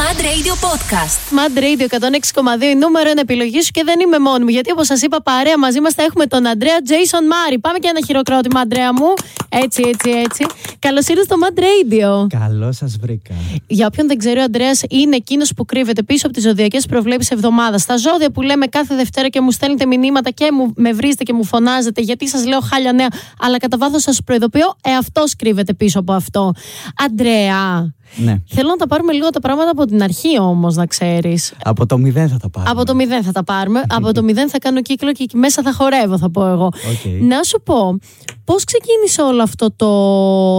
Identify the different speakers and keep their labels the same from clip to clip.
Speaker 1: Mad Radio Podcast.
Speaker 2: Mad Radio 106,2 η νούμερο είναι επιλογή σου και δεν είμαι μόνη μου. Γιατί όπως σας είπα, παρέα μαζί μας θα έχουμε τον Αντρέα Jason Μάρι. Πάμε και ένα χειροκρότημα, Αντρέα μου. Έτσι, έτσι, έτσι. Καλώς ήρθατε στο Mad Radio.
Speaker 3: Καλό σας βρήκα.
Speaker 2: Για όποιον δεν ξέρει, ο Αντρέα είναι εκείνος που κρύβεται πίσω από τις ζωδιακές προβλέψεις εβδομάδας. Τα ζώδια που λέμε κάθε Δευτέρα και μου στέλνετε μηνύματα και μου, με βρίζετε και μου φωνάζετε γιατί σας λέω χάλια νέα. Αλλά κατά βάθος σας προειδοποιώ, εαυτός κρύβεται πίσω από αυτό. Αντρέα.
Speaker 3: Ναι.
Speaker 2: Θέλω να τα πάρουμε λίγο τα πράγματα από την αρχή όμως, να ξέρεις.
Speaker 3: Από το μηδέν θα τα πάρω.
Speaker 2: Από το μηδέν θα τα πάρουμε. από το μηδέν θα κάνω κύκλο και εκεί μέσα θα χορεύω, θα πω εγώ.
Speaker 3: Οκ.
Speaker 2: Να σου πω, πώς ξεκίνησε όλο αυτό το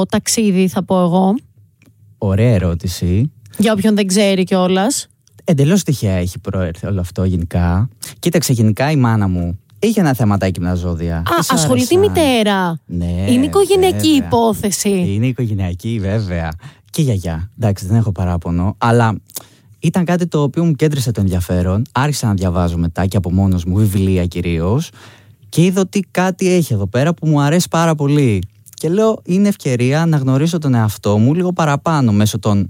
Speaker 2: ταξίδι, θα πω εγώ.
Speaker 3: Ωραία ερώτηση.
Speaker 2: Για όποιον δεν ξέρει κιόλας.
Speaker 3: Εντελώς τυχαία έχει προέρθει όλο αυτό γενικά. Κοίταξε, γενικά η μάνα μου είχε ένα θεματάκι με τα ζώδια.
Speaker 2: Α,
Speaker 3: Της
Speaker 2: ασχολείται η
Speaker 3: άρεσαν.
Speaker 2: μητέρα.
Speaker 3: Ναι,
Speaker 2: Είναι οικογενειακή
Speaker 3: βέβαια.
Speaker 2: υπόθεση.
Speaker 3: Ε, Είναι οικογενειακή, βέβαια. Και η γιαγιά. Εντάξει, δεν έχω παράπονο. Αλλά ήταν κάτι το οποίο μου κέντρισε το ενδιαφέρον. Άρχισα να διαβάζω μετά και από μόνος μου βιβλία κυρίως. Και είδα ότι κάτι έχει εδώ πέρα που μου αρέσει πάρα πολύ. Και λέω, είναι ευκαιρία να γνωρίσω τον εαυτό μου λίγο παραπάνω μέσω των.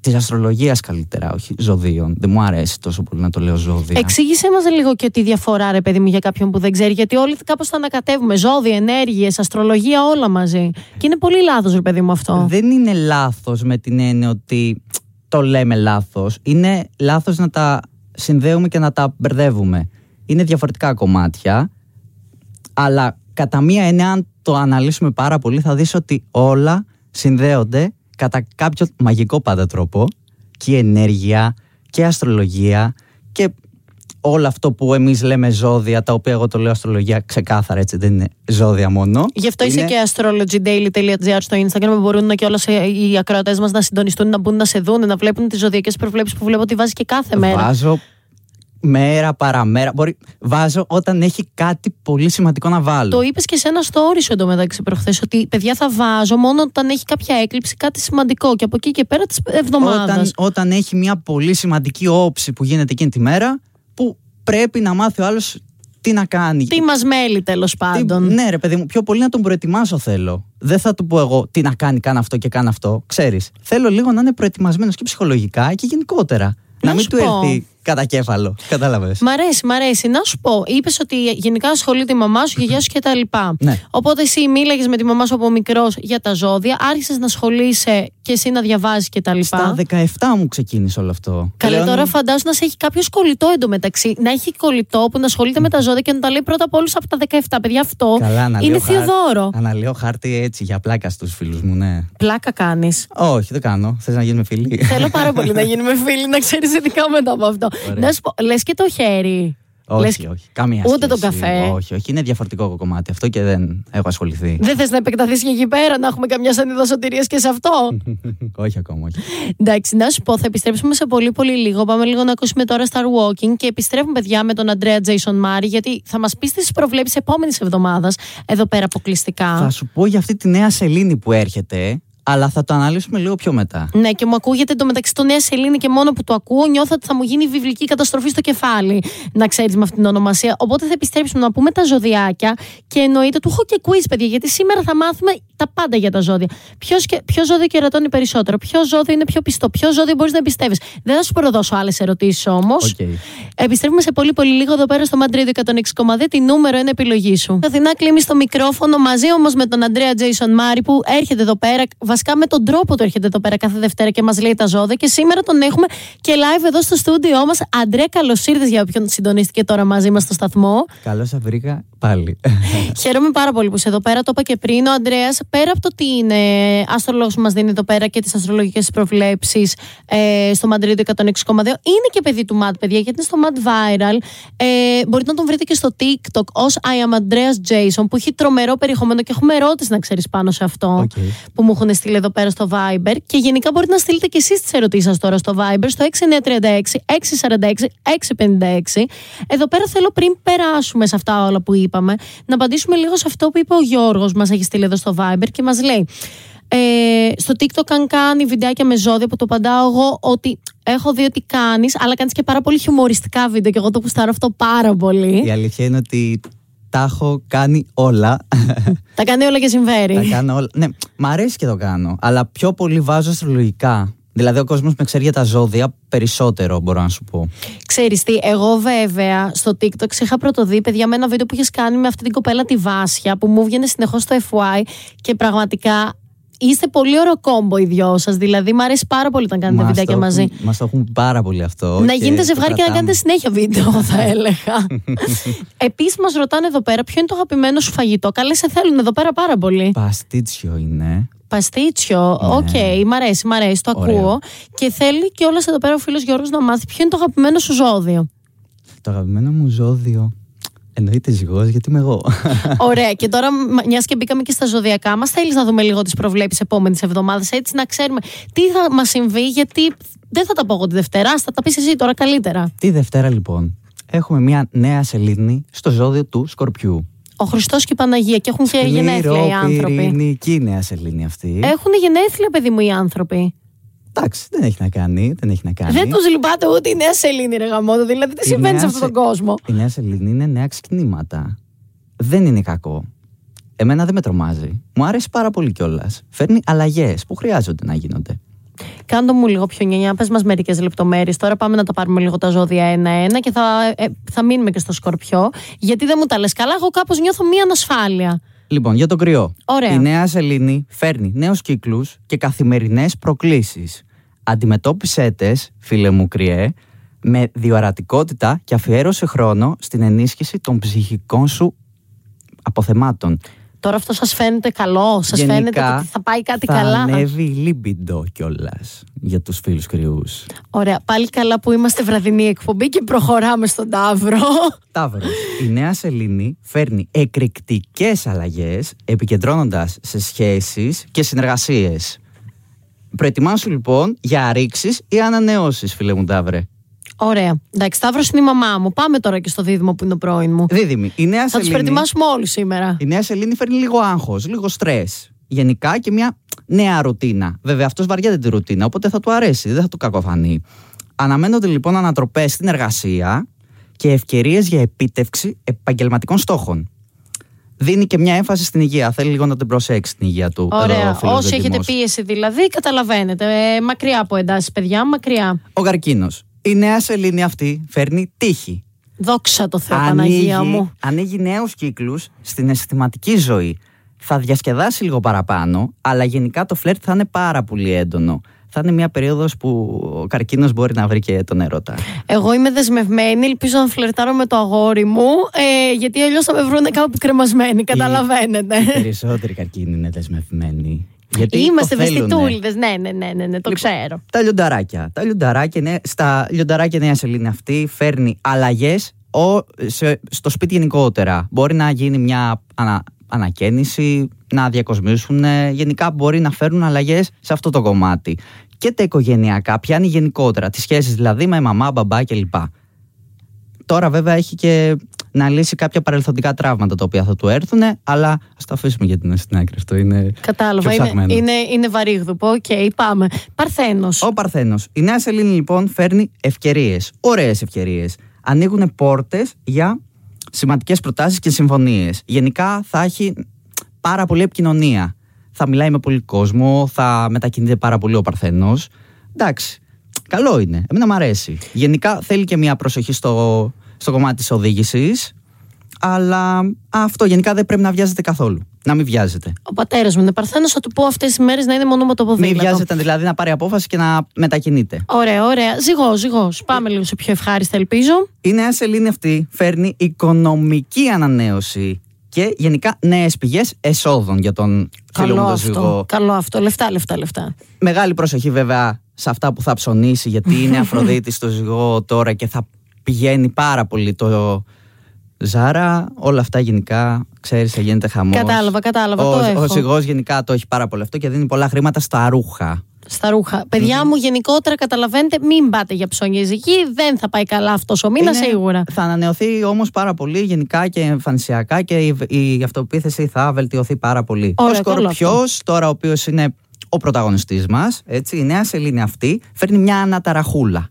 Speaker 3: Της αστρολογίας καλύτερα, όχι ζωδίων. Δεν μου αρέσει τόσο πολύ να το λέω ζώδια.
Speaker 2: Εξήγησέ μας λίγο και τη διαφορά, ρε παιδί μου, για κάποιον που δεν ξέρει. Γιατί όλοι κάπως τα ανακατεύουμε. Ζώδια, ενέργειες, αστρολογία, όλα μαζί. Και είναι πολύ λάθος, ρε παιδί μου, αυτό.
Speaker 3: Δεν είναι λάθος με την έννοια ότι το λέμε λάθος. Είναι λάθος να τα συνδέουμε και να τα μπερδεύουμε. Είναι διαφορετικά κομμάτια, αλλά κατά μία έννοια αν το αναλύσουμε πάρα πολύ θα δεις ότι όλα συνδέονται κατά κάποιο μαγικό πάντα τρόπο και η ενέργεια και η αστρολογία και όλο αυτό που εμείς λέμε ζώδια, τα οποία εγώ το λέω αστρολογία ξεκάθαρα έτσι, δεν είναι ζώδια μόνο.
Speaker 2: Γι' αυτό είσαι
Speaker 3: Είναι-
Speaker 2: και astrologydaily.gr στο Instagram. που Μπορούν και όλα οι ακροατές μας να συντονιστούν, να μπουν να σε δουν, να βλέπουν τις ζωδιακές προβλέψεις που βλέπω ότι βάζει και κάθε μέρα.
Speaker 3: Βάζω μέρα παραμέρα. Μπορεί, βάζω όταν έχει κάτι πολύ σημαντικό να βάλω.
Speaker 2: Το είπες και σε ένα story σου εντωμεταξύ προχθές. Ότι παιδιά θα βάζω μόνο όταν έχει κάποια έκλειψη, κάτι σημαντικό. Και από εκεί και πέρα της εβδομάδας.
Speaker 3: όταν, όταν έχει μια πολύ σημαντική όψη που γίνεται εκείνη τη μέρα, που πρέπει να μάθει ο άλλος τι να κάνει.
Speaker 2: Τι μας μέλει τέλος
Speaker 3: Τι-
Speaker 2: πάντων.
Speaker 3: ναι, ρε παιδί μου, πιο πολύ να τον προετοιμάσω θέλω. Δεν θα του πω εγώ τι να κάνει, κάνω αυτό και κάνω αυτό. Ξέρεις. Θέλω λίγο να είναι προετοιμασμένος και ψυχολογικά και γενικότερα.
Speaker 2: Να
Speaker 3: Να, μην
Speaker 2: σου
Speaker 3: του
Speaker 2: πω.
Speaker 3: έρθει κατά κέφαλο. Κατάλαβες.
Speaker 2: Μ' αρέσει, μ' αρέσει. Να σου πω, είπες ότι γενικά ασχολείται η μαμά σου, η γιαγιά σου και τα λοιπά.
Speaker 3: Ναι.
Speaker 2: Οπότε εσύ μίλαγες με τη μαμά σου από μικρός για τα ζώδια, άρχισες να ασχολείσαι και εσύ να διαβάζεις και τα λοιπά.
Speaker 3: Στα 17 μου ξεκίνησε όλο αυτό.
Speaker 2: Καλέ,
Speaker 3: Πλέον-
Speaker 2: τώρα φαντάσου να σε έχει κάποιο κολλητό εντωμεταξύ. Να έχει κολλητό που να ασχολείται με τα ζώδια και να τα λέει πρώτα από όλους από τα 17. Παιδιά, αυτό
Speaker 3: Καλά, αναλύω
Speaker 2: είναι
Speaker 3: χάρτη.
Speaker 2: θεοδόρο.
Speaker 3: Αναλύω χάρτη έτσι για πλάκα στους φίλους μου, ναι.
Speaker 2: Πλάκα κάνεις.
Speaker 3: Όχι, δεν κάνω. Θες να γίνουμε φίλοι.
Speaker 2: Θέλω πάρα πολύ να γίνουμε φίλοι, να ξέρεις ειδικά μετά από αυτό. Να σου πω, λες και το χέρι.
Speaker 3: όχι,
Speaker 2: Λες-
Speaker 3: όχι. Καμία
Speaker 2: ούτε τον
Speaker 3: σχέση.
Speaker 2: καφέ.
Speaker 3: Όχι, όχι. Είναι διαφορετικό το κομμάτι αυτό και δεν έχω ασχοληθεί.
Speaker 2: Δεν θες να επεκταθείς και εκεί πέρα, να έχουμε καμιά σανίδα σωτηρίας και σε αυτό.
Speaker 3: όχι ακόμα, όχι.
Speaker 2: Εντάξει, να σου πω, θα επιστρέψουμε σε πολύ πολύ λίγο. Πάμε λίγο να ακούσουμε τώρα Star Walking και επιστρέφουμε, παιδιά, με τον Αντρέα Τζέισον Μάρι, γιατί θα μας πεις τις προβλέψεις επόμενης εβδομάδας εδώ πέρα αποκλειστικά.
Speaker 3: θα σου πω για αυτή τη νέα σελήνη που έρχεται, αλλά θα το αναλύσουμε λίγο πιο μετά.
Speaker 2: Ναι, και μου ακούγεται εντωμεταξύ το Νέα Σελήνη και μόνο που το ακούω, νιώθω ότι θα μου γίνει βιβλική καταστροφή στο κεφάλι. Να ξέρεις με αυτήν την ονομασία. Οπότε θα επιστρέψουμε να πούμε τα ζωδιάκια και εννοείται του έχω και quiz, παιδιά, γιατί σήμερα θα μάθουμε τα πάντα για τα ζώδια. Ποιος και, ποιο ζώδιο κερατώνει περισσότερο, ποιο ζώδιο είναι πιο πιστό, ποιο ζώδιο μπορείς να εμπιστεύεις. Δεν θα σου προδώσω άλλες ερωτήσεις όμως.
Speaker 3: Οκ.
Speaker 2: Επιστρέφουμε σε πολύ πολύ λίγο εδώ πέρα στο Μαντρίδιο 106,2. Τη νούμερο είναι επιλογή σου. Καθηνά κλείνει το μικρόφωνο μαζί όμως με τον Αντρέα Τζέισον Μάρι που έρχεται εδώ πέρα. Βασικά με τον τρόπο του έρχεται εδώ πέρα κάθε Δευτέρα και μας λέει τα ζώδια. Και σήμερα τον έχουμε και live εδώ στο στούντιό μας. Αντρέα, καλώς ήρθες για όποιον συντονίστηκε τώρα μαζί μας στο σταθμό.
Speaker 3: Καλώς σας βρήκα πάλι.
Speaker 2: Χαίρομαι πάρα πολύ που είσαι εδώ πέρα. Το είπα και πριν. Ο Αντρέα, πέρα από το ότι είναι αστρολόγος που μας δίνει εδώ πέρα και τις αστρολογικές προβλέψεις ε, στο Μαντρίδιο 106,2, είναι και παιδί του ΜΑΤ, παιδιά, γιατί είναι στο ΜΑΤ Viral. Ε, μπορείτε να τον βρείτε και στο TikTok ως I am Andreas Jason, που έχει τρομερό περιεχόμενο και έχουμε ερώτηση να ξέρεις πάνω σε αυτό
Speaker 3: Οκ.
Speaker 2: που μου έχουν στείλει εδώ πέρα στο Viber. Και γενικά μπορείτε να στείλετε και εσείς τις ερωτήσεις σας τώρα στο Viber στο 6936 646 656. Εδώ πέρα θέλω πριν περάσουμε σε αυτά όλα που είπαμε, να απαντήσουμε λίγο σε αυτό που είπε ο Γιώργος, μας έχει στείλει εδώ στο Viber και μας λέει. Ε, στο TikTok αν κάνει βιντεάκια με ζώδια που το απαντάω εγώ ότι έχω δει ότι κάνεις αλλά κάνεις και πάρα πολύ χιουμοριστικά βίντεο και εγώ το κουστάρω αυτό πάρα πολύ
Speaker 3: Η αλήθεια είναι ότι τα έχω κάνει όλα.
Speaker 2: τα κάνει όλα και
Speaker 3: Τα
Speaker 2: συμφέρει
Speaker 3: κάνω όλα. Ναι, μ' αρέσει και το κάνω. Αλλά πιο πολύ βάζω αστρολογικά Δηλαδή, ο κόσμος με ξέρει για τα ζώδια περισσότερο, μπορώ να σου πω.
Speaker 2: Ξέρεις τι, εγώ βέβαια στο TikTok σε είχα πρωτοδεί παιδιά με ένα βίντεο που είχες κάνει με αυτή την κοπέλα τη Βάσια που μου βγαίνει συνεχώς στο FY και πραγματικά είστε πολύ ωραίο κόμπο οι δυο σας. Δηλαδή, μου αρέσει πάρα πολύ όταν κάνετε βιντεάκια μαζί.
Speaker 3: Μας το έχουν πάρα πολύ αυτό.
Speaker 2: Να
Speaker 3: και
Speaker 2: γίνετε
Speaker 3: το
Speaker 2: ζευγάρι και να
Speaker 3: κρατάμε.
Speaker 2: κάνετε συνέχεια βίντεο, θα έλεγα. Επίσης, μας ρωτάνε εδώ πέρα ποιο είναι το αγαπημένο σου φαγητό. Καλέ, σε θέλουν εδώ πέρα πάρα πολύ.
Speaker 3: Παστίτσιο είναι.
Speaker 2: Παστίτσιο.
Speaker 3: Ναι.
Speaker 2: Οκ, μ' αρέσει, μ' αρέσει, το
Speaker 3: Ωραίο.
Speaker 2: ακούω. Και θέλει κιόλα εδώ πέρα ο φίλος Γιώργος να μάθει ποιο είναι το αγαπημένο σου ζώδιο.
Speaker 3: Το αγαπημένο μου ζώδιο. Εννοείται ζυγός, γιατί είμαι εγώ.
Speaker 2: Ωραία. Και τώρα, μιας και μπήκαμε και στα ζωδιακά μας, θέλεις να δούμε λίγο τις προβλέψεις επόμενης εβδομάδας, έτσι να ξέρουμε τι θα μας συμβεί, γιατί δεν θα τα πω εγώ τη Δευτέρα, θα τα πεις εσύ τώρα καλύτερα.
Speaker 3: Τη Δευτέρα, λοιπόν, έχουμε μια νέα σελήνη στο ζώδιο του Σκορπιού.
Speaker 2: Ο Χριστός και η Παναγία και έχουν και Ε, γενέθλια οι άνθρωποι. Ε.
Speaker 3: Πυρηνική νέα σελήνη αυτή.
Speaker 2: Έχουν γενέθλια, παιδί μου, οι άνθρωποι.
Speaker 3: Εντάξει, δεν έχει να κάνει. Δεν έχει να κάνει.
Speaker 2: Δεν τους λυπάται ούτε η νέα σελήνη, ρε γαμότο. Δηλαδή, τι
Speaker 3: Η
Speaker 2: συμβαίνει σε
Speaker 3: νέα
Speaker 2: αυτόν τον
Speaker 3: σε-
Speaker 2: κόσμο.
Speaker 3: Η νέα σελήνη είναι νέα ξεκινήματα. Δεν είναι κακό. Εμένα δεν με τρομάζει. Μου άρεσε πάρα πολύ κιόλας. Φέρνει αλλαγές που χρειάζονται να γίνονται.
Speaker 2: Κάντο μου λίγο πιο νιανιά, πες μας μερικές λεπτομέρειες. Τώρα πάμε να τα πάρουμε λίγο τα ζώδια ένα-ένα και θα, ε, θα μείνουμε και στο σκορπιό. Γιατί δεν μου τα λες καλά, εγώ κάπως νιώθω μία ανασφάλεια.
Speaker 3: Λοιπόν, για τον κρυό.
Speaker 2: Ωραία.
Speaker 3: Η νέα σελήνη φέρνει νέους κύκλους και καθημερινές προκλήσεις. Αντιμετώπισε τες, φίλε μου κρυέ, με διορατικότητα και αφιέρωσε χρόνο στην ενίσχυση των ψυχικών σου αποθεμάτων.
Speaker 2: Τώρα αυτό σας φαίνεται καλό, σας φαίνεται
Speaker 3: Γενικά,
Speaker 2: ότι θα πάει κάτι
Speaker 3: θα
Speaker 2: καλά.
Speaker 3: Ανέβει η λίμπιντο κιόλας για τους φίλους κρυούς.
Speaker 2: Ωραία, πάλι καλά που είμαστε βραδινή εκπομπή και προχωράμε στον Ταύρο.
Speaker 3: Ταύρος. Η νέα σελήνη φέρνει εκρηκτικές αλλαγές επικεντρώνοντας σε σχέσεις και συνεργασίες. Προετοιμάσου λοιπόν για αρήξει ή ανανεώσεις, φίλε μου Ταύρε.
Speaker 2: Ωραία. Εντάξει, Ταύρο είναι η μαμά μου. Πάμε τώρα και στο δίδυμο που είναι ο πρώην μου.
Speaker 3: Δίδυμη, η νέα
Speaker 2: Θα τους
Speaker 3: σελήνη.
Speaker 2: προετοιμάσουμε όλους σήμερα.
Speaker 3: Η νέα σελήνη φέρνει λίγο άγχος, λίγο στρες. Γενικά και μια νέα ρουτίνα. Βέβαια, αυτός βαριέται τη ρουτίνα, οπότε θα του αρέσει, δεν θα του κακοφανεί. Αναμένονται λοιπόν ανατροπές στην εργασία και ευκαιρίες για επίτευξη επαγγελματικών στόχων. Δίνει και μια έμφαση στην υγεία. Θέλει λίγο να την προσέξει την υγεία του. εδώ ο
Speaker 2: Ωραία.
Speaker 3: φίλος
Speaker 2: Όσοι έχετε
Speaker 3: Δίδυμος.
Speaker 2: πίεση δηλαδή, καταλαβαίνετε. Ε, μακριά από εντάσεις, παιδιά, μακριά.
Speaker 3: Ο καρκίνο. Η νέα σελήνη αυτή φέρνει τύχη.
Speaker 2: Δόξα το Θεό, Παναγία μου.
Speaker 3: ανοίγει νέους κύκλους στην αισθηματική ζωή. Θα διασκεδάσει λίγο παραπάνω, αλλά γενικά το φλερτ θα είναι πάρα πολύ έντονο. Θα είναι μια περίοδος που ο καρκίνος μπορεί να βρει και τον ερώτα.
Speaker 2: Εγώ είμαι δεσμευμένη, ελπίζω να φλερτάρω με το αγόρι μου, ε, γιατί αλλιώς θα με βρούνε κάπου κρεμασμένοι, καταλαβαίνετε.
Speaker 3: Περισσότεροι καρκίνοι είναι δεσμευμένοι. Γιατί
Speaker 2: Είμαστε
Speaker 3: το θέλουνε. Λοιπόν,
Speaker 2: βεστιτούλιδες. Ναι, ναι, ναι, ναι, ναι, το ξέρω.
Speaker 3: Τα λιονταράκια. Τα λιονταράκια είναι- στα λιονταράκια νέα σελήνη αυτή φέρνει αλλαγές στο σπίτι γενικότερα. Μπορεί να γίνει μια ανα, ανακαίνιση, να διακοσμήσουν. ε, Γενικά μπορεί να φέρουν αλλαγές σε αυτό το κομμάτι. Και τα οικογενειακά πιάνει γενικότερα. Τις σχέσεις δηλαδή με μαμά, μπαμπά κλπ. Τώρα βέβαια έχει και να λύσει κάποια παρελθοντικά τραύματα τα οποία θα του έρθουν, αλλά ας τα αφήσουμε για την στην άκρη. Αυτό είναι. πιο
Speaker 2: Κατάλαβα. Είναι,
Speaker 3: ψαγμένο.
Speaker 2: είναι, είναι βαρύγδουπο. Οκ, πάμε. Παρθένος.
Speaker 3: Ο Παρθένος. Η Νέα Σελήνη λοιπόν φέρνει ευκαιρίες. Ωραίες ευκαιρίες. Ανοίγουν πόρτες για σημαντικές προτάσεις και συμφωνίες. Γενικά θα έχει πάρα πολλή επικοινωνία. Θα μιλάει με πολύ κόσμο, θα μετακινείται πάρα πολύ ο Παρθένος. Εντάξει. Καλό είναι. Εμένα μου αρέσει. Γενικά θέλει και μια προσοχή στο, στο κομμάτι της οδήγησης. Αλλά αυτό γενικά δεν πρέπει να βιάζεται καθόλου. Να μην βιάζεται.
Speaker 2: Ο πατέρας μου είναι Παρθένος. Θα του πω αυτές τις μέρες να είναι μόνο με το
Speaker 3: Μην
Speaker 2: ποδήλατο.
Speaker 3: βιάζεται δηλαδή να πάρει απόφαση και να μετακινείται.
Speaker 2: Ωραία, ωραία. Ζυγό, ζυγό. Πάμε λίγο σε πιο ευχάριστα, ελπίζω.
Speaker 3: Η νέα σελήνη αυτή φέρνει οικονομική ανανέωση και γενικά νέες πηγές εσόδων για τον φίλο
Speaker 2: Καλό
Speaker 3: μου τον
Speaker 2: αυτό.
Speaker 3: ζυγό.
Speaker 2: Καλό αυτό. Λεφτά, λεφτά, λεφτά.
Speaker 3: Μεγάλη προσοχή βέβαια σε αυτά που θα ψωνίσει, γιατί είναι Αφροδίτης στο ζυγό τώρα και θα πηγαίνει πάρα πολύ το Ζάρα. Όλα αυτά γενικά, ξέρεις, θα γίνεται χαμός.
Speaker 2: Κατάλαβα, κατάλαβα,
Speaker 3: Ο,
Speaker 2: το
Speaker 3: ο
Speaker 2: έχω.
Speaker 3: ζυγός γενικά το έχει πάρα πολύ αυτό και δίνει πολλά χρήματα στα ρούχα.
Speaker 2: Στα ρούχα.
Speaker 3: Mm-hmm.
Speaker 2: Παιδιά μου, γενικότερα καταλαβαίνετε, μην πάτε για ψώνια ζυγή. Δεν θα πάει καλά αυτός ο μήνας
Speaker 3: Είναι-
Speaker 2: σίγουρα.
Speaker 3: Θα ανανεωθεί όμως πάρα πολύ γενικά και εμφανισιακά και η, η αυτοπεποίθηση θα βελτιωθεί πάρα πολύ.
Speaker 2: Ωραία,
Speaker 3: ο
Speaker 2: καλό
Speaker 3: Σκορπιός, τώρα ο οποίος είναι ο πρωταγωνιστής μας, η νέα σελήνη αυτή, φέρνει μια αναταραχούλα.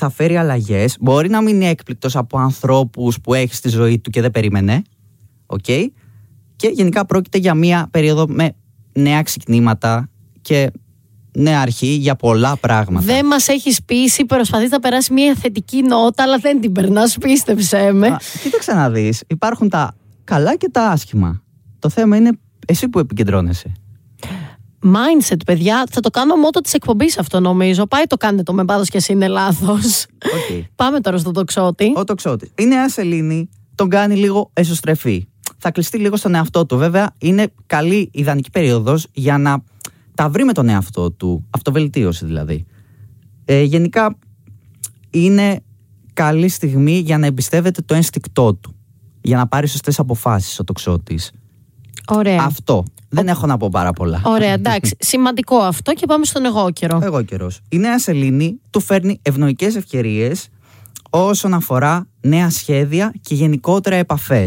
Speaker 3: Θα φέρει αλλαγές. Μπορεί να μην είναι έκπληκτος από ανθρώπους που έχει στη ζωή του και δεν περίμενε. Οκ. Και γενικά πρόκειται για μια περίοδο με νέα ξεκινήματα και νέα αρχή για πολλά πράγματα.
Speaker 2: Δεν μας έχεις πείσει, προσπαθείς να περάσει μια θετική νότα, αλλά δεν την περνάς, πίστεψε με.
Speaker 3: Α, Κοίταξε να δεις. Υπάρχουν τα καλά και τα άσχημα. Το θέμα είναι εσύ που επικεντρώνεσαι.
Speaker 2: Mindset, παιδιά. Θα το κάνω μότο της εκπομπής αυτό, νομίζω. Πάει το κάντε το με πάθος και εσύ είναι λάθος.
Speaker 3: Οκ.
Speaker 2: Πάμε τώρα στο τοξότη.
Speaker 3: Ο τοξότη. Είναι ένα Σελήνη, τον κάνει λίγο εσωστρεφή. Θα κλειστεί λίγο στον εαυτό του. Βέβαια, είναι καλή ιδανική περίοδος για να τα βρει με τον εαυτό του. Αυτοβελτίωση δηλαδή. Ε, γενικά, είναι καλή στιγμή για να εμπιστεύεται το ένστικτό του. Για να πάρει σωστές αποφάσεις ο τοξότης.
Speaker 2: Ωραία.
Speaker 3: Αυτό. Δεν έχω να πω πάρα πολλά.
Speaker 2: Ωραία, εντάξει. Σημαντικό αυτό και πάμε στον εγώ καιρό.
Speaker 3: Εγώ καιρός. Η νέα σελήνη του φέρνει ευνοϊκές ευκαιρίες όσον αφορά νέα σχέδια και γενικότερα επαφές.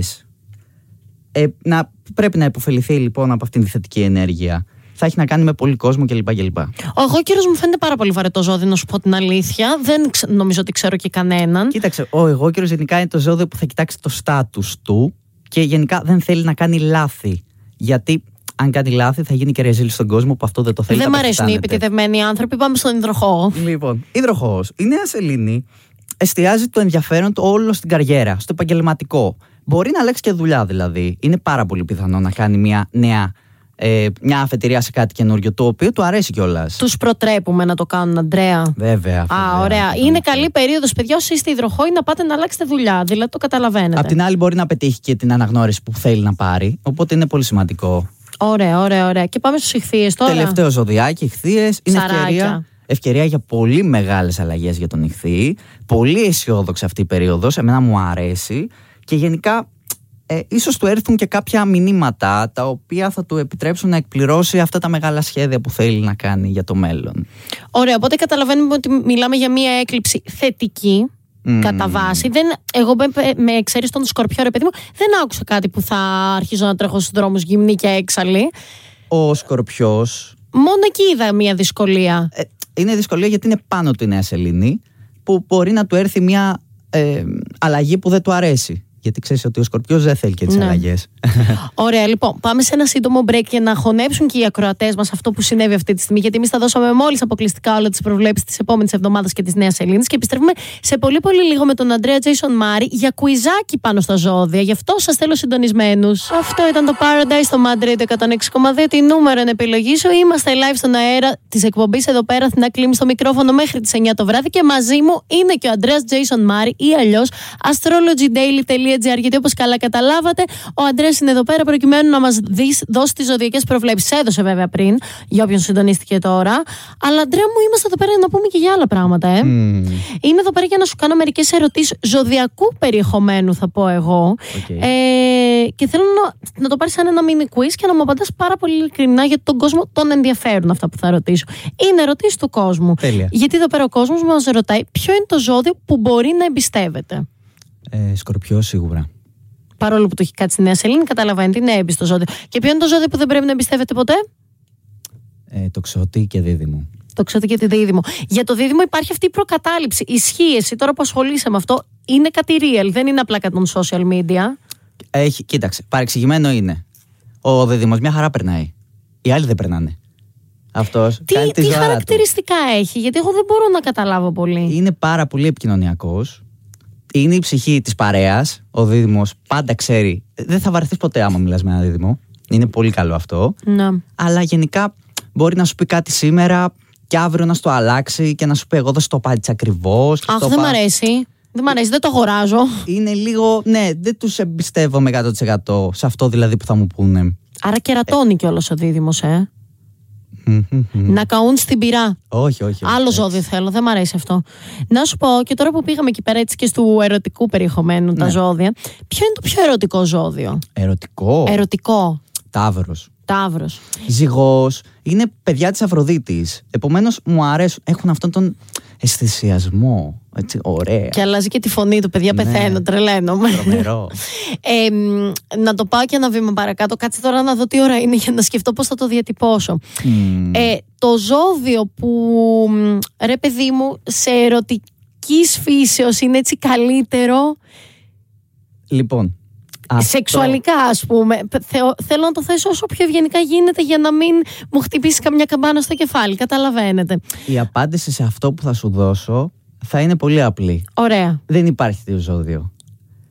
Speaker 3: Ε, να, πρέπει να υποφεληθεί λοιπόν από αυτήν τη θετική ενέργεια. Θα έχει να κάνει με πολύ κόσμο κλπ. κλπ.
Speaker 2: Ο εγώ καιρό μου φαίνεται πάρα πολύ βαρετό ζώδιο, να σου πω την αλήθεια. Δεν ξε- νομίζω ότι ξέρω και κανέναν.
Speaker 3: Κοίταξε, ο εγώ καιρό γενικά είναι το ζώδιο που θα κοιτάξει το στάτους του και γενικά δεν θέλει να κάνει λάθη. Γιατί αν κάνει λάθη θα γίνει και ρεζίλη στον κόσμο που αυτό δεν το θέλει.
Speaker 2: δεν
Speaker 3: τα
Speaker 2: μ' αρέσουν οι
Speaker 3: πετάνεται.
Speaker 2: επιτεδευμένοι άνθρωποι. Πάμε στον υδροχό.
Speaker 3: Λοιπόν, υδροχός. Η νέα Σελήνη εστιάζει το ενδιαφέρον του όλο στην καριέρα, στο επαγγελματικό. Μπορεί να αλλάξει και δουλειά δηλαδή. Είναι πάρα πολύ πιθανό να κάνει μια νέα. Ε, μια αφετηρία σε κάτι καινούριο το οποίο του αρέσει κιόλας.
Speaker 2: Τους προτρέπουμε να το κάνουν, Αντρέα.
Speaker 3: Βέβαια.
Speaker 2: Α, ωραία. ναι, Είναι καλή περίοδος, παιδιά. Όσοι είστε υδροχόοι, να πάτε να αλλάξετε δουλειά. Δηλαδή το
Speaker 3: Απ'
Speaker 2: καταλαβαίνετε.
Speaker 3: την άλλη, μπορεί να πετύχει και την αναγνώριση που θέλει να πάρει. Οπότε είναι πολύ σημαντικό.
Speaker 2: Ωραία, ωραία, ωραία. Και πάμε στους ηχθείες τώρα.
Speaker 3: Τελευταίο ζωδιάκι, ηχθείες. Είναι
Speaker 2: Ψαράκια.
Speaker 3: ευκαιρία, ευκαιρία για πολύ μεγάλες αλλαγές για τον ηχθή. Πολύ αισιόδοξη αυτή η περίοδος. Εμένα μου αρέσει. Και γενικά, ε, ίσως του έρθουν και κάποια μηνύματα τα οποία θα του επιτρέψουν να εκπληρώσει αυτά τα μεγάλα σχέδια που θέλει να κάνει για το μέλλον.
Speaker 2: Ωραία, οπότε καταλαβαίνουμε ότι μιλάμε για μία έκλειψη θετική. Κατά βάση. Δεν, εγώ με, με ξέρεις τον σκορπιό, ρε παιδί μου, δεν άκουσα κάτι που θα αρχίζω να τρέχω στους δρόμους γυμνή και έξαλλη.
Speaker 3: Ο Σκορπιός
Speaker 2: Μόνο εκεί είδα μία δυσκολία.
Speaker 3: ε, είναι δυσκολία γιατί είναι πάνω του η Νέα Σελήνη που μπορεί να του έρθει μια ε, αλλαγή που δεν του αρέσει. Γιατί ξέρεις ότι ο Σκορπιός δεν θέλει και τις αλλαγές.
Speaker 2: Ωραία, λοιπόν, πάμε σε ένα σύντομο break για να χωνέψουν και οι ακροατές μας αυτό που συνέβη αυτή τη στιγμή. Γιατί εμείς θα δώσαμε μόλις αποκλειστικά όλα τις προβλέψεις της επόμενης εβδομάδας και της Νέας Ελλήνη. Και επιστρέφουμε σε πολύ πολύ λίγο με τον Αντρέα Τζέισον Μάρι για κουιζάκι πάνω στα ζώδια. Γι' αυτό σας θέλω συντονισμένους. Αυτό ήταν το Paradise στο Madrid 106,2. Τι νούμερο είναι επιλογή σου. Είμαστε live στον αέρα της εκπομπής εδώ πέρα. Αθηνά κλείνει στο μικρόφωνο μέχρι τις 9 το βράδυ. Και μαζί μου είναι και ο Αντρέα Τζέισον Μάρι ή αλλιώ astrologydaily.gr. Γιατί όπως καλά καταλάβατε, ο Αντρέας είναι εδώ πέρα προκειμένου να μας δώσει τις ζωδιακές προβλέψεις. Έδωσε βέβαια πριν, για όποιον συντονίστηκε τώρα. Αλλά Αντρέα μου, είμαστε εδώ πέρα να πούμε και για άλλα πράγματα,
Speaker 3: Mm.
Speaker 2: ε. Είμαι εδώ πέρα για να σου κάνω μερικές ερωτήσεις ζωδιακού περιεχομένου, θα πω εγώ.
Speaker 3: Οκ.
Speaker 2: Ε, και θέλω να, να το πάρεις σαν ένα mini quiz και να μου απαντάς πάρα πολύ ειλικρινά γιατί τον κόσμο τον ενδιαφέρουν αυτά που θα ρωτήσω. Είναι ερωτήσεις του κόσμου.
Speaker 3: Τέλεια.
Speaker 2: Γιατί εδώ πέρα ο κόσμος μας ρωτάει ποιο είναι το ζώδιο που μπορεί να εμπιστεύεται.
Speaker 3: Ε, σκορπιός σίγουρα.
Speaker 2: Παρόλο που το έχει κάτσει η Νέα Σελήνη, καταλαβαίνετε, είναι έμπιστο ζώδιο. Και ποιο είναι το ζώδιο που δεν πρέπει να εμπιστεύεται ποτέ?
Speaker 3: Ε, τοξότη και δίδυμο.
Speaker 2: Το ξέρω και τη δίδυμο. Για το δίδυμο υπάρχει αυτή η προκατάληψη. Ισχύει εσύ τώρα που ασχολείσαι με αυτό. Είναι κάτι real, δεν είναι απλά κάτι των social media.
Speaker 3: Έχει, κοίταξε, παρεξηγημένο είναι. Ο δίδυμος μια χαρά περνάει. Οι άλλοι δεν περνάνε. Αυτός
Speaker 2: Τι,
Speaker 3: κάνει τη
Speaker 2: τι
Speaker 3: ζωάρα του.
Speaker 2: χαρακτηριστικά έχει, γιατί εγώ δεν μπορώ να καταλάβω πολύ.
Speaker 3: Είναι πάρα πολύ επικοινωνιακός. Είναι η ψυχή της παρέας. Ο δίδυμος πάντα ξέρει. Δεν θα βαρεθείς ποτέ άμα μιλάς με έναν δίδυμο. Είναι πολύ καλό αυτό.
Speaker 2: Να.
Speaker 3: Αλλά γενικά μπορεί να σου πει κάτι σήμερα και αύριο να σου το αλλάξει και να σου πει εγώ δεν σου το είπα έτσι ακριβώς. και
Speaker 2: Αχ,
Speaker 3: στο
Speaker 2: δεν μ'
Speaker 3: είπα-
Speaker 2: αρέσει. Δεν μ' αρέσει, δεν το αγοράζω.
Speaker 3: Είναι λίγο, ναι, δεν τους εμπιστεύομαι 100% σε αυτό δηλαδή που θα μου πούνε.
Speaker 2: Άρα κερατώνει κιόλας ο δίδυμος, ε. Να καούν στην πυρά.
Speaker 3: Όχι, όχι. όχι.
Speaker 2: Άλλο ζώδιο θέλω, δεν μ' αρέσει αυτό. Να σου πω και τώρα που πήγαμε εκεί πέρα έτσι και στου ερωτικού περιεχομένου τα ζώδια, ποιο είναι το πιο ερωτικό ζώδιο.
Speaker 3: Ερωτικό.
Speaker 2: Ερωτικό.
Speaker 3: Ταύρος.
Speaker 2: Ταύρος.
Speaker 3: Ε. Ζυγός. Είναι παιδιά της Αφροδίτης. Επομένως μου αρέσουν. Έχουν αυτόν τον αισθησιασμό. Έτσι, ωραία.
Speaker 2: Και αλλάζει και τη φωνή του, παιδιά. Πεθαίνω, τρελαίνομαι.
Speaker 3: Τρομερό.
Speaker 2: Ε, μ, να το πάω και ένα βήμα παρακάτω. Κάτσε τώρα να δω τι ώρα είναι για να σκεφτώ πώς θα το διατυπώσω. Ε, το ζώδιο που μ, ρε παιδί μου σε ερωτικής φύσεως είναι έτσι καλύτερο.
Speaker 3: λοιπόν, Αυτό.
Speaker 2: σεξουαλικά, ας πούμε. Θεω- θέλω να το θέσω όσο πιο ευγενικά γίνεται για να μην μου χτυπήσει καμιά καμπάνα στο κεφάλι. Καταλαβαίνετε.
Speaker 3: Η απάντηση σε αυτό που θα σου δώσω θα είναι πολύ απλή.
Speaker 2: Ωραία.
Speaker 3: Δεν υπάρχει τέτοιο ζώδιο.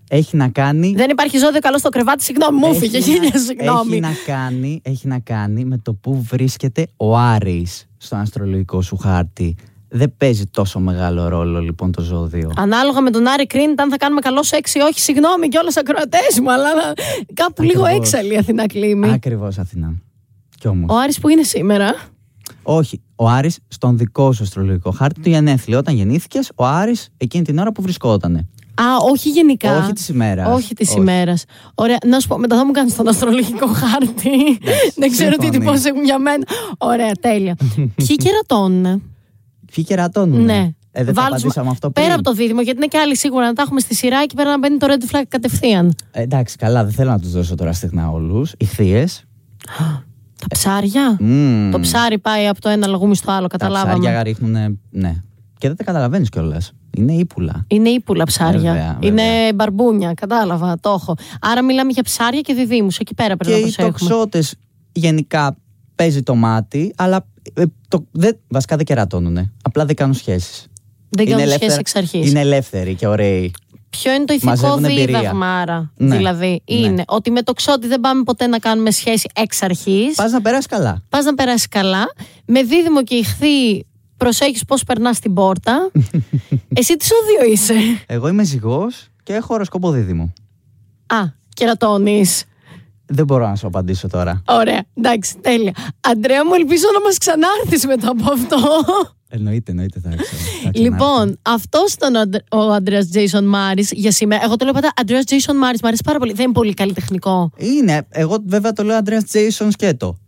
Speaker 3: Έχει να κάνει.
Speaker 2: Δεν υπάρχει ζώδιο καλό στο κρεβάτι. Συγγνώμη, μου
Speaker 3: έχει
Speaker 2: φύγε.
Speaker 3: να-
Speaker 2: Χίλια συγγνώμη.
Speaker 3: Έχει να, κάνει, έχει να κάνει με το που βρίσκεται ο Άρης στο αστρολογικό σου χάρτη. Δεν παίζει τόσο μεγάλο ρόλο λοιπόν το ζώδιο.
Speaker 2: Ανάλογα με τον Άρη Κρίνιτ, αν θα κάνουμε καλό σεξ ή όχι, συγγνώμη και όλε ακροατές μου, αλλά να- κάπου λίγο
Speaker 3: Ακριβώς.
Speaker 2: έξαλλη η Αθηνά Κλίμη.
Speaker 3: Ακριβώς Αθηνά. Κι όμως.
Speaker 2: Ο Άρης που είναι σήμερα.
Speaker 3: Όχι. Ο Άρης στον δικό σου αστρολογικό χάρτη του γενέθλιο. Όταν γεννήθηκες, ο Άρης εκείνη την ώρα που βρισκότανε.
Speaker 2: Α, όχι γενικά.
Speaker 3: Όχι της ημέρας.
Speaker 2: Όχι της
Speaker 3: Όχι.
Speaker 2: ημέρας. Ωραία, να σου πω, μετά θα μου κάνεις τον αστρολογικό χάρτη. Δεν ξέρω τι
Speaker 3: συμφωνεί.
Speaker 2: τυπώσεις έχουν για μένα. Ωραία, τέλεια. Ποιοι κερατώνουν.
Speaker 3: Ποιοι κερατώνουν.
Speaker 2: Ναι.
Speaker 3: Ναι. Ε, δεν θα
Speaker 2: Βάλουμε-
Speaker 3: απαντήσαμε αυτό πριν.
Speaker 2: Πέρα από το δίδυμο, γιατί είναι και άλλοι σίγουρα να τα έχουμε στη σειρά και πέρα να μπαίνει το red flag κατευθείαν.
Speaker 3: Ε, εντάξει, καλά, δεν θέλω να τους δώσω τώρα στεγνά όλους. Οι θείε.
Speaker 2: Τα
Speaker 3: Ε,
Speaker 2: ψάρια.
Speaker 3: Mm.
Speaker 2: Το ψάρι πάει από το ένα λαγούμι στο άλλο,
Speaker 3: Τα
Speaker 2: καταλάβαμε.
Speaker 3: ψάρια ρίχνουν. Ναι. Και δεν τα καταλαβαίνεις κιόλας. Είναι ύπουλα.
Speaker 2: Είναι ύπουλα ψάρια.
Speaker 3: Ε, Βέβαια,
Speaker 2: Είναι μπαρμπούνια, κατάλαβα, το έχω. Άρα μιλάμε για ψάρια και διδήμους. Εκεί πέρα πρέπει
Speaker 3: Και
Speaker 2: να
Speaker 3: οι
Speaker 2: προσέχουμε.
Speaker 3: τοξότες γενικά παίζει το μάτι, αλλά ε, το, δεν, βασικά δεν κερατώνουν. Απλά δεν κάνουν σχέσεις.
Speaker 2: Δεν κάνουν σχέση εξ αρχής.
Speaker 3: Είναι ελεύθεροι και ωραίοι.
Speaker 2: Ποιο είναι το ηθικό
Speaker 3: Μαζεύουν εμπειρία.
Speaker 2: δίδαγμα, άρα.
Speaker 3: Ναι.
Speaker 2: Δηλαδή, είναι ότι με το ξότι δεν πάμε ποτέ να κάνουμε σχέση εξ αρχής.
Speaker 3: Πας να περάσεις καλά.
Speaker 2: Πας να περάσεις καλά. Με δίδυμο και ηχθή προσέχεις πώς περνάς την πόρτα. Εσύ τι δύο είσαι.
Speaker 3: Εγώ είμαι ζυγός και έχω οροσκόπο δίδυμο.
Speaker 2: Α, κερατώνεις.
Speaker 3: Δεν μπορώ να σου απαντήσω τώρα.
Speaker 2: Ωραία, εντάξει, τέλεια. Αντρέα μου, ελπίζω να μας ξανάρθεις μετά από αυτό.
Speaker 3: Εννοείται, εννοείται, θα έξω.
Speaker 2: Λοιπόν, αυτό ήταν ο Αντρ- ο Αντρέας Τζέισον Μάρης για σήμερα. Εγώ το λέω πάντα Αντρέας Τζέισον Μάρης, μου αρέσει πάρα πολύ. Δεν είναι πολύ καλλιτεχνικό.
Speaker 3: Είναι, εγώ βέβαια το λέω Αντρέας Τζέισον σκέτο.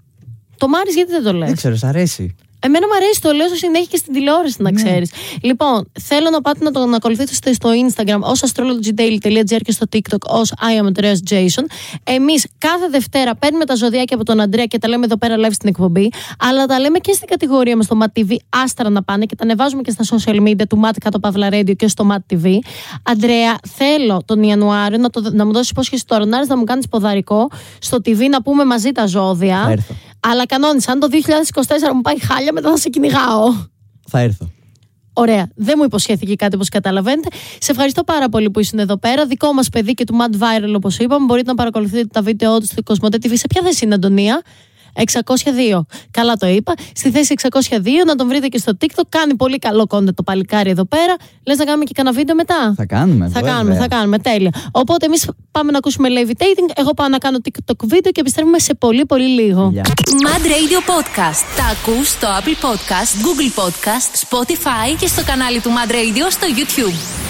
Speaker 2: Το Μάρη γιατί δεν το λες.
Speaker 3: Δεν ξέρω, σ' αρέσει.
Speaker 2: Εμένα μου αρέσει, το λέω στο συνέχεια και στην τηλεόραση να
Speaker 3: Ναι.
Speaker 2: ξέρεις. Λοιπόν, θέλω να πάτε να τον ακολουθήσετε στο Instagram ω astrologydaily.gr και στο TikTok ως I am Andreas Jason. Εμείς κάθε Δευτέρα παίρνουμε τα ζωδιάκια από τον Αντρέα και τα λέμε εδώ πέρα live στην εκπομπή. Αλλά τα λέμε και στην κατηγορία μας στο Mat TV, άστρα να πάνε και τα ανεβάζουμε και στα social media του Mat κάτω Παύλα Radio και στο Mat TV. Αντρέα, θέλω τον Ιανουάριο να, το, να μου δώσεις υπόσχεση τώρα να να μου κάνεις ποδαρικό στο TV να πούμε μαζί τα ζώδια.
Speaker 3: Θα έρθω.
Speaker 2: Αλλά κανόνισα, αν το 2024 μου πάει χάλια, μετά θα σε κυνηγάω.
Speaker 3: Θα έρθω.
Speaker 2: Ωραία. Δεν μου υποσχέθηκε κάτι όπως καταλαβαίνετε. Σε ευχαριστώ πάρα πολύ που ήσουν εδώ πέρα. Δικό μας παιδί και του Mad Viral, όπως είπαμε. Μπορείτε να παρακολουθείτε τα βίντεο του στο Κοσμοτέ TV. Σε ποια θέση είναι, Αντωνία? 602. Καλά το είπα. Στη θέση 602 να τον βρείτε και στο TikTok. Κάνει πολύ καλό κόντε το παλικάρι εδώ πέρα. Λες να κάνουμε και κανένα βίντεο μετά.
Speaker 3: Θα κάνουμε.
Speaker 2: Θα
Speaker 3: βέβαια.
Speaker 2: κάνουμε, θα κάνουμε. Τέλεια. Οπότε εμείς πάμε να ακούσουμε levitating. Εγώ πάω να κάνω TikTok βίντεο και επιστρέφουμε σε πολύ πολύ λίγο.
Speaker 3: Γεια.
Speaker 1: Mad Radio Podcast. Τα ακούς στο Apple Podcast, Google Podcast, Spotify και στο κανάλι του Mad Radio στο YouTube.